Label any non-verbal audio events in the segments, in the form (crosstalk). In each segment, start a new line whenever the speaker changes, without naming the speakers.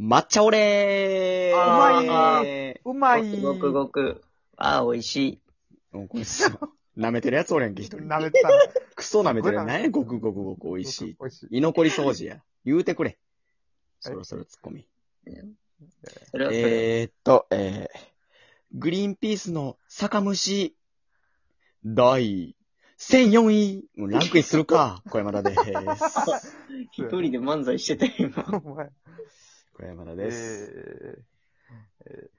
抹茶オレー
あー
ー
うまい。
ごくごく。ああ、美味しい。
うんこいつ、舐めてるやつおれんけ、一人。
舐めてた
(laughs)
ね。
クソ舐めてるや
すごい舐めてる
ん。何や、ごくごくごく美味しい。
美味しい。
居残り掃除や。言うてくれ。そろそろツッコミ。
それはそれ。
えー、っと、えー、グリーンピースの酒蒸し、第1004位、もうランクインするか、小山田です。 (laughs)
一人で漫才してたよ、 (laughs) 今。
お前。
小山田
えー
です。
えー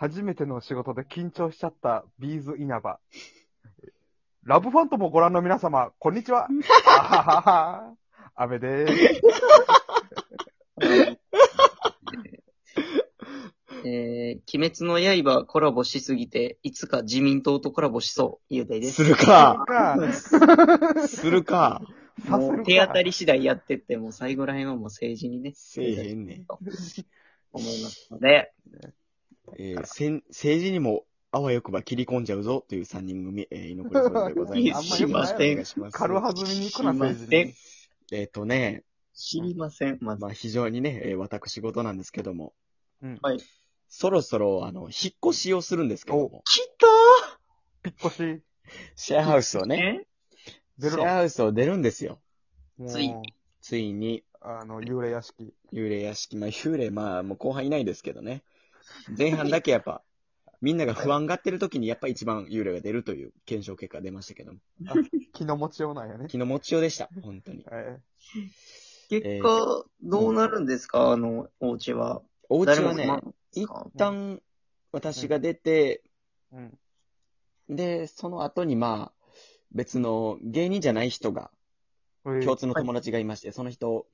初めての仕事で緊張しちゃったビーズ稲葉。ラブファントもご覧の皆様、こんにちは。あははは。アベでー
(laughs)
す。
えー、鬼滅の刃コラボしすぎて、いつか自民党とコラボしそう、雄大で
す。
す
るか、
か
するか、
さ
も
す
う
が
手当たり次第やってって、もう最後らへんはもう政治にね、
せえへんねん。
と思いますので、
えー、せん政治にも、あわよくば切り込んじゃうぞという3人組、えー、居残りそうでございます。
いやあんまよくない
お願いします
軽はずみに行くな、
すいません
政治に。
えっ、とね、
知りません、まず
ま。あ非常にね、えー私事なんですけども、
うん。
はい。
そろそろ、あの、引っ越しをするんですけども、
来た
引っ越し、
シェアハウスを
ー
ね、
ね
シ
出る
ェア
の。
ハウスを出るんですよ。
も、
ついう
ついに、
あの、幽霊屋敷。
幽霊屋敷、まあ幽霊、まあもう後半いないですけどね。前半だけやっぱ、みんなが不安がってる時にやっぱ一番幽霊が出るという検証結果出ましたけども。
気の持ちようなんやね。
気の持ちようでした、本当に。
え
結果、どうなるんですか、あの、お家は。
お
お
家はね、
い
一旦私が出て、
ーうん。
で、その後にまあ、別の芸人じゃない人が、
えー
共通の友達がいまして、その人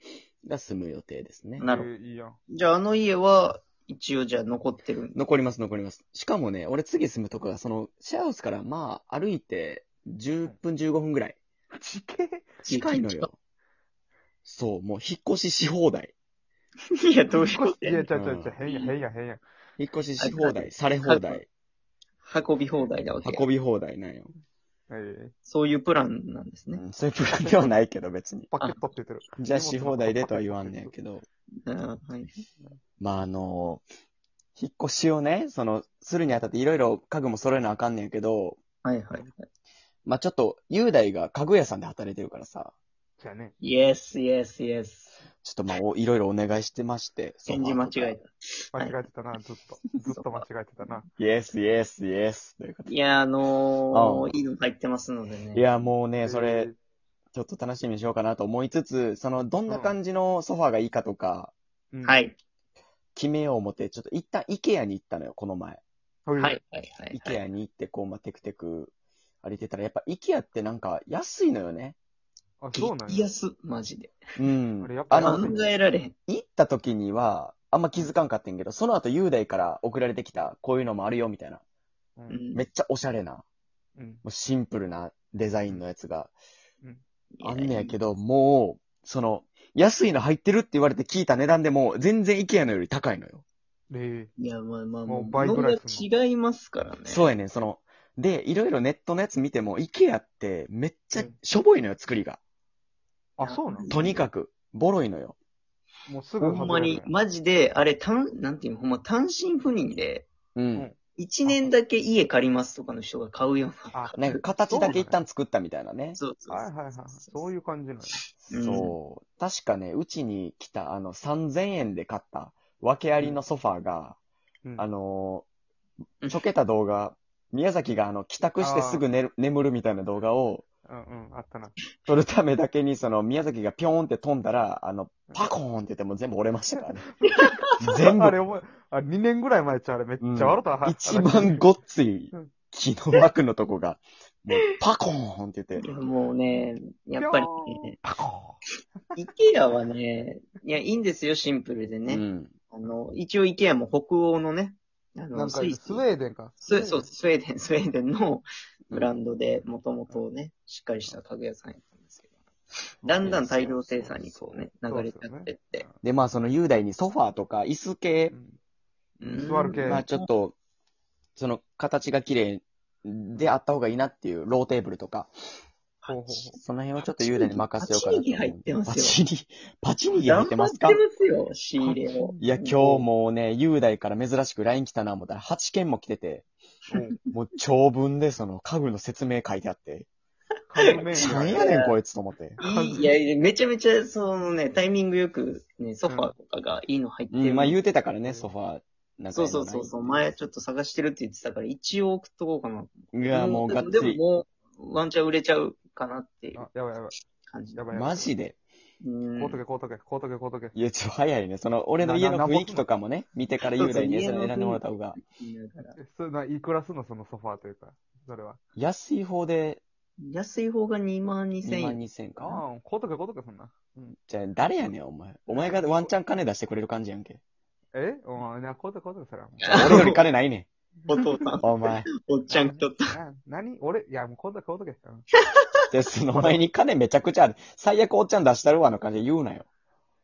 が住む予定ですね。
なるほ
えーいいやん。
じゃあ、あの家は、一応じゃあ残ってるんで。
残ります、残ります。しかもね、俺次住むとこが、その、シェアハウスからまあ、歩いて10分15分ぐらい。
地形
近いのよ。そう、もう引っ越しし放題。
(laughs) いや、どういうこ
引っ
と
越しい
や
や、ちゃうちゃうちゃう、変や、変や、変や。
引っ越しし放題、され放題、
運び放題なわけ。
運び放題なんよ。
えー
そういうプランなんですね。
うんそういうプランではないけど、別に。
パケットって言ってる。
じゃあし放題でとは言わんねんけど。
あーはい。
まあ、あの、引っ越しをね、その、するにあたっていろいろ家具も揃えなあかんねんけど、
はいはい。
まあちょっと、雄大が家具屋さんで働いてるからさ、
じゃあね。
イエス、イエス、イエス。
ちょっとまあおいろいろお願いしてまして。
返事間違え
た。
た。
間違えてたな、ずっと。ずっと間違えてたな。
イエス、イエス、イエス。ということで
いや、あの
あ
ー、いいの入ってますのでね。
い、や、もうね、そ
え
れ
ー、、
ちょっと楽しみにしようかなと思いつつ、その、どんな感じのソファーがいいかとか、
うん
は。い。
決めよう思って、ちょっと一旦 IKEA に行ったのよ、この前。
は
はい。はいはい。はい
IKEA に行って、こう、まあ、テクテク歩いてたら、やっぱ IKEA ってなんか安いのよね。
あ、そうなん
激
や。
安、マジで。
う
あれや
ん
っ。ぱ
あ
安
の、
い
考えられへん。
行った時には、あんま気づかんかってんけど、その後雄大から送られてきた、こういうのもあるよ、みたいな。
う。
うんん
めっちゃおしゃれな、も
うん。
うシンプルなデザインのやつが
い
あんねやけど、もう、その、安いの入ってるって言われて聞いた値段でも、全然 IKEA のより高いのよ。
え
いや、まあまあまあ、
もう倍ぐらいす
物が違いますからね。
そうやねん、その、で、いろいろネットのやつ見ても、IKEA ってめっちゃしょぼいのよ、作りが。
ー、あ、そうなん
とにかく、ボロいのよ。
もうすぐ
ほんま
外れる
に
や、ん。
マジで、あれ、単、なんていうの、ほんま単身赴任で、
うん。
一年だけ家借りますとかの人が買うような。
あ、
なんか形だけ一旦作ったみたいなね。
そうそう
はいはいはい。そういう感じなんや。
そ
そう
う確かね、うちに来た、あの、3000円で買った、訳ありのソファーが、
うん
あの
う
ー、
ん
ちょけた動画、宮崎があの、帰宅してすぐ寝る眠るみたいな動画を
うんうん、あったな。
撮るためだけに、その、宮崎がピョーンって飛んだら、あの、パコーンって言ってもう全部折れましたからね。全部
あれ、お前、あ、2年ぐらい前ちゃうあれ、めっちゃ笑った。は
一番ごっつい
うん
木の枠のとこが、もうパコーンって言っ
い
て
や、もうね、やっぱりね、
パコ
イケアはね、いや、いいんですよ、シンプルで
ーン
ね。
うん。
あの、一応イケアも北欧のね、あ
な
の、
んか、ス
ス
ウ
イス。
ェーデンか。
スウェそう、スウェーデン、スウェーデンのブランドで、もともとね、しっかりした家具屋さんやったんですけど、だんだん大量生産にこうね、流れちゃってって。
で、まあその雄大にソファーとか椅子系
う、ん
うん
座る系
まあちょっと、その形が綺麗であった方がいいなっていうローテーブルとか、
ほうほうほ
その辺はちょっと幽霊に任せようかなと思う。
パチニキ入ってますよ
パチニ、パチニキ入
頑
って
張
ま
っ
す
て
か
ますよ、仕入れを。
いや、今日もうね、雄大から珍しく LINE 来たな思ったら8件も来てて、もう長文でその家具の説明書いてあって、
う。家具メー
何
ル
やねんこいつと思って。
いい、いやいや、めちゃめちゃ、そのね、タイミングよく、ね、ソファーとかがいいの入って
うん、
る。
まあ言うてたからね、ソファー。なんか
そ
やの
うそうそうそう、前ちょっと探してるって言ってたから、一応送っとこうかな。
うわ、もうがっ
で
つ
もで
り。
ももう、ワンチャン売れちゃうかなっていう
あやばいやばい。
感じ。
やばいやばい。
マジで。
うん
こうとけ、こうとけ、こうとけ、こうとけ。
いや、ちょ、早いね。その、俺の
な
家の
な
雰囲気とかもね、見てから雄大にねそ
そ
う
そう
れ選んでもらった方が。
だから
えそれな、いくらすんのそのソファーというか。それは。
安い方で
安い方が2万2000
2万
円。
2000
あ
か。
あ、こうとけ、こうとけ、そんな。うん。
じゃあ、誰やねん、お前。お前がワンチャン金出してくれる感じや (laughs) んけ。
えうん、な、こうとけ、こうとけ、それはもう。
俺より金ないねん。
お父さん、
お前。
おっちゃん来とった。
な何俺、いや、もうこうとけ、こうとけ。
(laughs)
うん
で、その、お前に金めちゃくちゃある。最悪おっちゃん出したるわの感じで言うなよ。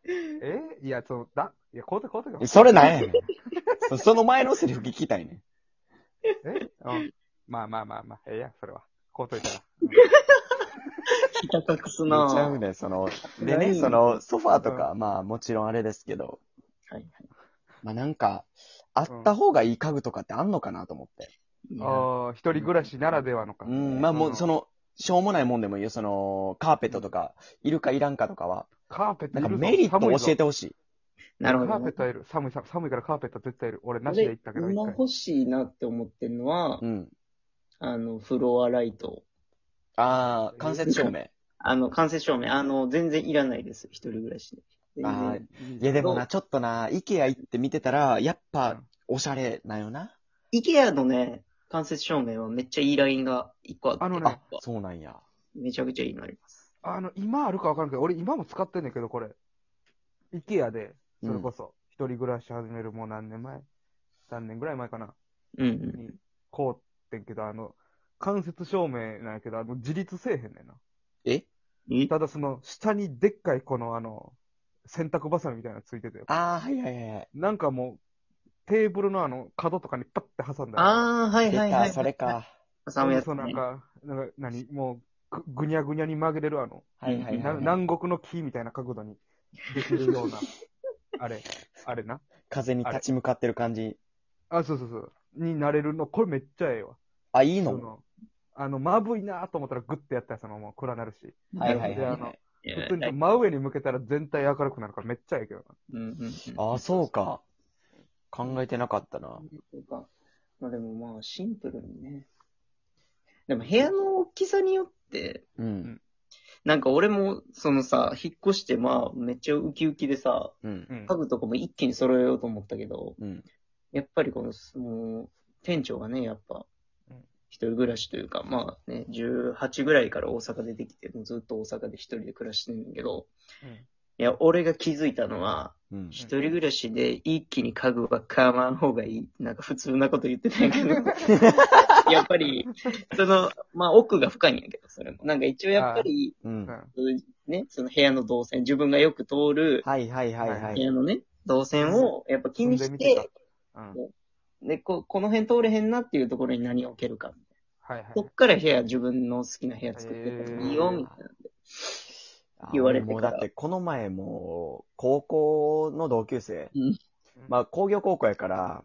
えいや、その、だ、いや、こうとけ、こうとけ。
それなん (laughs) やねん。そその前のセリフ聞きたいねん。
えうん。まあまあまあまあ、ええやん、それは。こうといたら。
ひた隠す
(laughs) め
な
ちゃう
ぁ。
ねん、その。で
な
ね、
い
その、ソファーとか、まあもちろんあれですけど、
はい
まあなんか、あった方がいい家具とかってあんのかなと思って。
いや
ああ、一人暮らしならではのか。
うん、まあもうそ
の、
の、しょうもないもんでもいいよ。その、カーペットとか、いるかいらんかとかは。
カーペッ
な
ト
んか
いるぞ
メリット
寒いぞ
教えてほしい。
なるほ
カー
ど
ペ
ね
ッ。トはいる。寒い、寒い寒いからカーペット絶対いる。俺なしで
俺
行ったけど、
今
一回。
欲しいなって思ってるのは
う、ん。
あの、フロアライト。
ああ、間接照明。
あの、間接照明。あの、全然いらないです。一人暮らしで。全然
(laughs) あーいやでもな、ちょっとな、イケア行って見てたら、やっ
う
ぱ
ん、
おしゃれなよな。
イケアのね、間接照明はめっちゃいいラインが一個あって、
あのね
やっぱ
そうなんや。
めちゃくちゃいいのあります。
あの、今あるかわからんけど、俺今も使ってんねんけど、これ。イケアで、それこそ、一人暮らし始めるもう何年前 ?3 年ぐらい前かな。
うん
に、こうってんけど、あの、間接照明なんやけど、あの、自立せえへんねんな。
え
うん。え
ただその、下にでっかいこの、あの、洗濯バサミみたいなのついてて、
ああ、はいはいはいはい。
なんかもう、テーブルのあの、角とかにパッて挟んだら、
あー、はい
出
はいは
た、
い。
それか。
挟むやつ、
そう
ね。
なんか、なんか、何もうぐ、ぐにゃぐにゃに曲げれるあの、
はいはいはい
な
はい。
南国の木みたいな角度にできるよ
(laughs)
うな、あれ、あれな。
風に立ち向かってる感じ。
あ、そうそうそう。になれるの、これめっちゃええわ。
あ、いい
そ
の
の、あの、まぶいなと思ったらグッてやったらその、もう暗なるし。
はいはい
で
は
あ
いは
の
い。
いや
普通に真上に向けたら全体明るくなるからめっちゃええけど
うんうんうん。
ああ、そうか。考えてなかったな。
そうか。まあでもまあ、シンプルにね。でも部屋の大きさによって、
うん。
なんか俺も、そのさ、引っ越してまあ、めっちゃウキウキでさ、
うん。
な。うん
家具とかも一気に揃えようと思ったけど、
うん。
やっぱりこの、もう、店長がね、やっぱ
うん、
一人暮らしというか、まあね、18ぐらいから大阪出てきて、もうずっと大阪で一人で暮らしてんだけど、
うん
いや、俺が気づいたのは、
うん。
一人暮らしで一気に家具は買わん方がいい。なんか普通なこと言ってたん
(laughs)
やけど。やっぱり、その、まあ奥が深いんやけど、それも。なんか一応やっぱり、
うん。
ね、その部屋の動線、自分がよく通る
はいはいはいは
部
い。
屋のね、動線をやっぱ気に
住
し
んでみ
て
て、うん。うん
で、こ、この辺通れへんなっていうところに何を置けるか。
はいはい。
そっから部屋、自分の好きな部屋作ってたらいいよ、
へー
みたいな。
あ
言われて
もう
か
だ
ら
って、この前も、高校の同級生
うん、
まあ工業高校やから、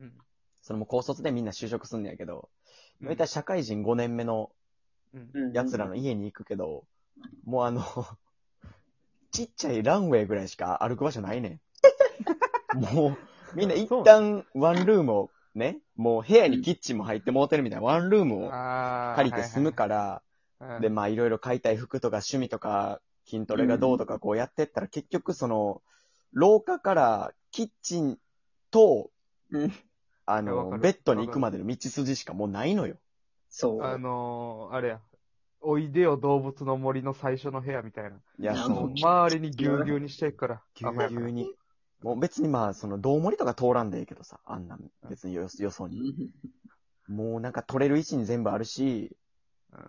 うん
そのもう高卒でみんな就職すんねやけど、大体社会人5年目の
うん
うん
奴らの家に行くけど、もうあの、 (laughs) ちっちゃいランウェイぐらいしか歩く場所ないねん。もう、みんな一旦ワンルームをね、もう部屋にキッチンも入ってもうてるみたいなワンルームを
あー
借りて住むから、
はいはい
で、まあいろいろ買いたい服とか趣味とか筋トレがどうとかこうやってったら結局その、廊下からキッチンと
うん、
あ
いやわか
の、
る
ベッドに行くまでの道筋しかもうないのよ。
そう
うん。あのー、あれや。おいでよ動物の森の最初の部屋みたいな。
いや、
いや
そ
もう
の
ん
周りにぎゅうぎゅうにしていくから。
ぎゅうぎゅうに。もう別にまあ、その、どうもりとか通らんでいいけどさ、あんな、別によ、よそうに。
ん。
もうなんか取れる位置に全部あるし、
うん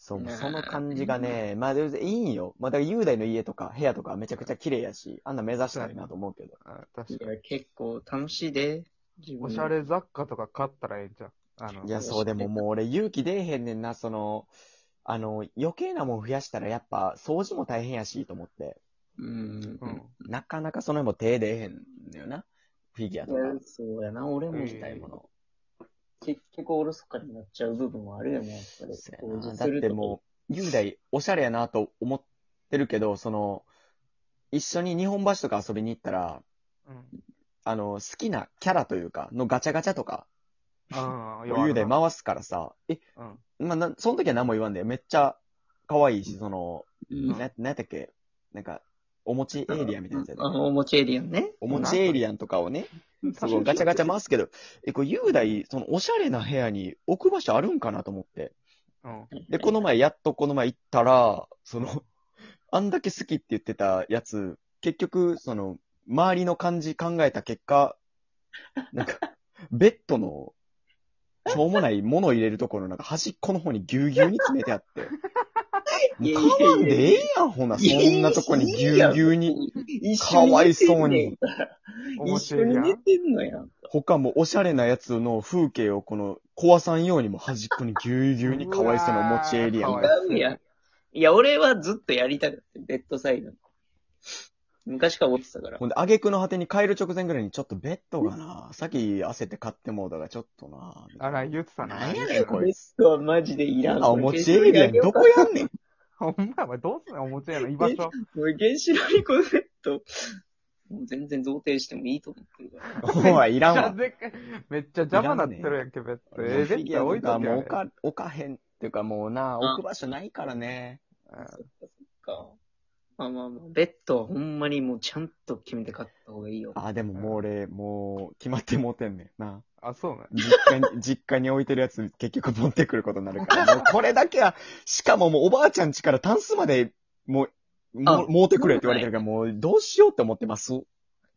そう、
ねえ
その感じがね、まあ、でいいんよ。まあ、だから雄大の家とか部屋とかめちゃくちゃ綺麗やし、あんな目指したいなと思うけど。
あ確
い
かに。
や、結構楽しいで。自分の
おしゃれ雑貨とか買ったらええんじゃん。あの、
いや、そう、でももう俺勇気出えへんねんな、その、あの、余計なもん増やしたらやっぱ掃除も大変やしと思って、
うん。
うん。
なかなかその辺も手出えへんのよな。フィギュアとか。
いやそうやな、俺もしたいもの。結局、おろそかになっちゃう部分はあるよね、やっぱり。
そうや
掃
な
除
だ
す
っ
る
て
と
もう、雄大おしゃれやなと思ってるけど、その、一緒に日本橋とか遊びに行ったら、
うん。
あの、好きなキャラというか、のガチャガチャとか、
ああ、
雄大回すからさ、え、
うん。
まあ、なその時は何も言わんで、めっちゃ可愛いし、その、
うん
な、なんだっけ、なんか、お餅エイリアンみたいなやつやで
あ、お餅エリアンね。
お餅エイリアンとかをね、すごいガチャガチャ回すけど、え、これ雄大、そのおしゃれな部屋に置く場所あるんかなと思って。
うん。
で、この前、やっとこの前行ったら、その、 (laughs) あんだけ好きって言ってたやつ、結局、その、周りの感じ考えた結果、なん
(laughs)
か、ベッドの、しょうもないものを入れるところの、なんか端っこの方にぎゅうぎゅうに詰めてあって。もう
いやいやいや
かわんでええやん、ほな。そんなとこにぎゅうぎゅうに。
一
か
緒
わい
寝てんねん
そうに。
一緒に寝てんのやん。
他もおしゃれなやつの風景をこの、壊さんようにも端っこにぎゅうぎゅうにかわいそうなお餅エイリアン
う
が
わー。
違うやん。いや、俺はずっとやりたかった。ベッドサイドに。昔から思ってたか
(laughs)
ら。
ほんで、挙句の果てに帰る直前ぐらいに、ちょっとベッドがな、さっき焦って買ってもうだが、ちょっとな。
あら、言ってたな。
なんやねん、
言ってた
こ
ベッ
いつ。
ドはマジでいらん。
あ、お餅エイリアン、どこやんねん。
ほんまや、お前どうすんのおもちゃやの居場所。
俺、原子炉にこのベッド、もう全然贈呈してもいいと思ってるから。 (laughs)
おい、いらんわ。
めっちゃでっかいめっちゃ邪魔なってるやんけ、別に。ええ、
フ
ベ
ィ
ッ
ギュ
ド
ア
置い
と
と
か
け
もう
よ
置。か、置かへんっていうかもうな、置く場所ないからね。
うん
か。まあまあまあ、ベッドはほんまにもうちゃんと決めて買った方がいいよ。
あ、でももう俺、もう、決まってもうてんねんな。
あ、そうね。
実家に、 (laughs) 実家に置いてるやつ結局持ってくることになる
(laughs)
から。もうこれだけは、しかももうおばあちゃん家からタンスまで、もう、も
あ
う、持ってくれって言われてるから、もうどうしようって思ってます。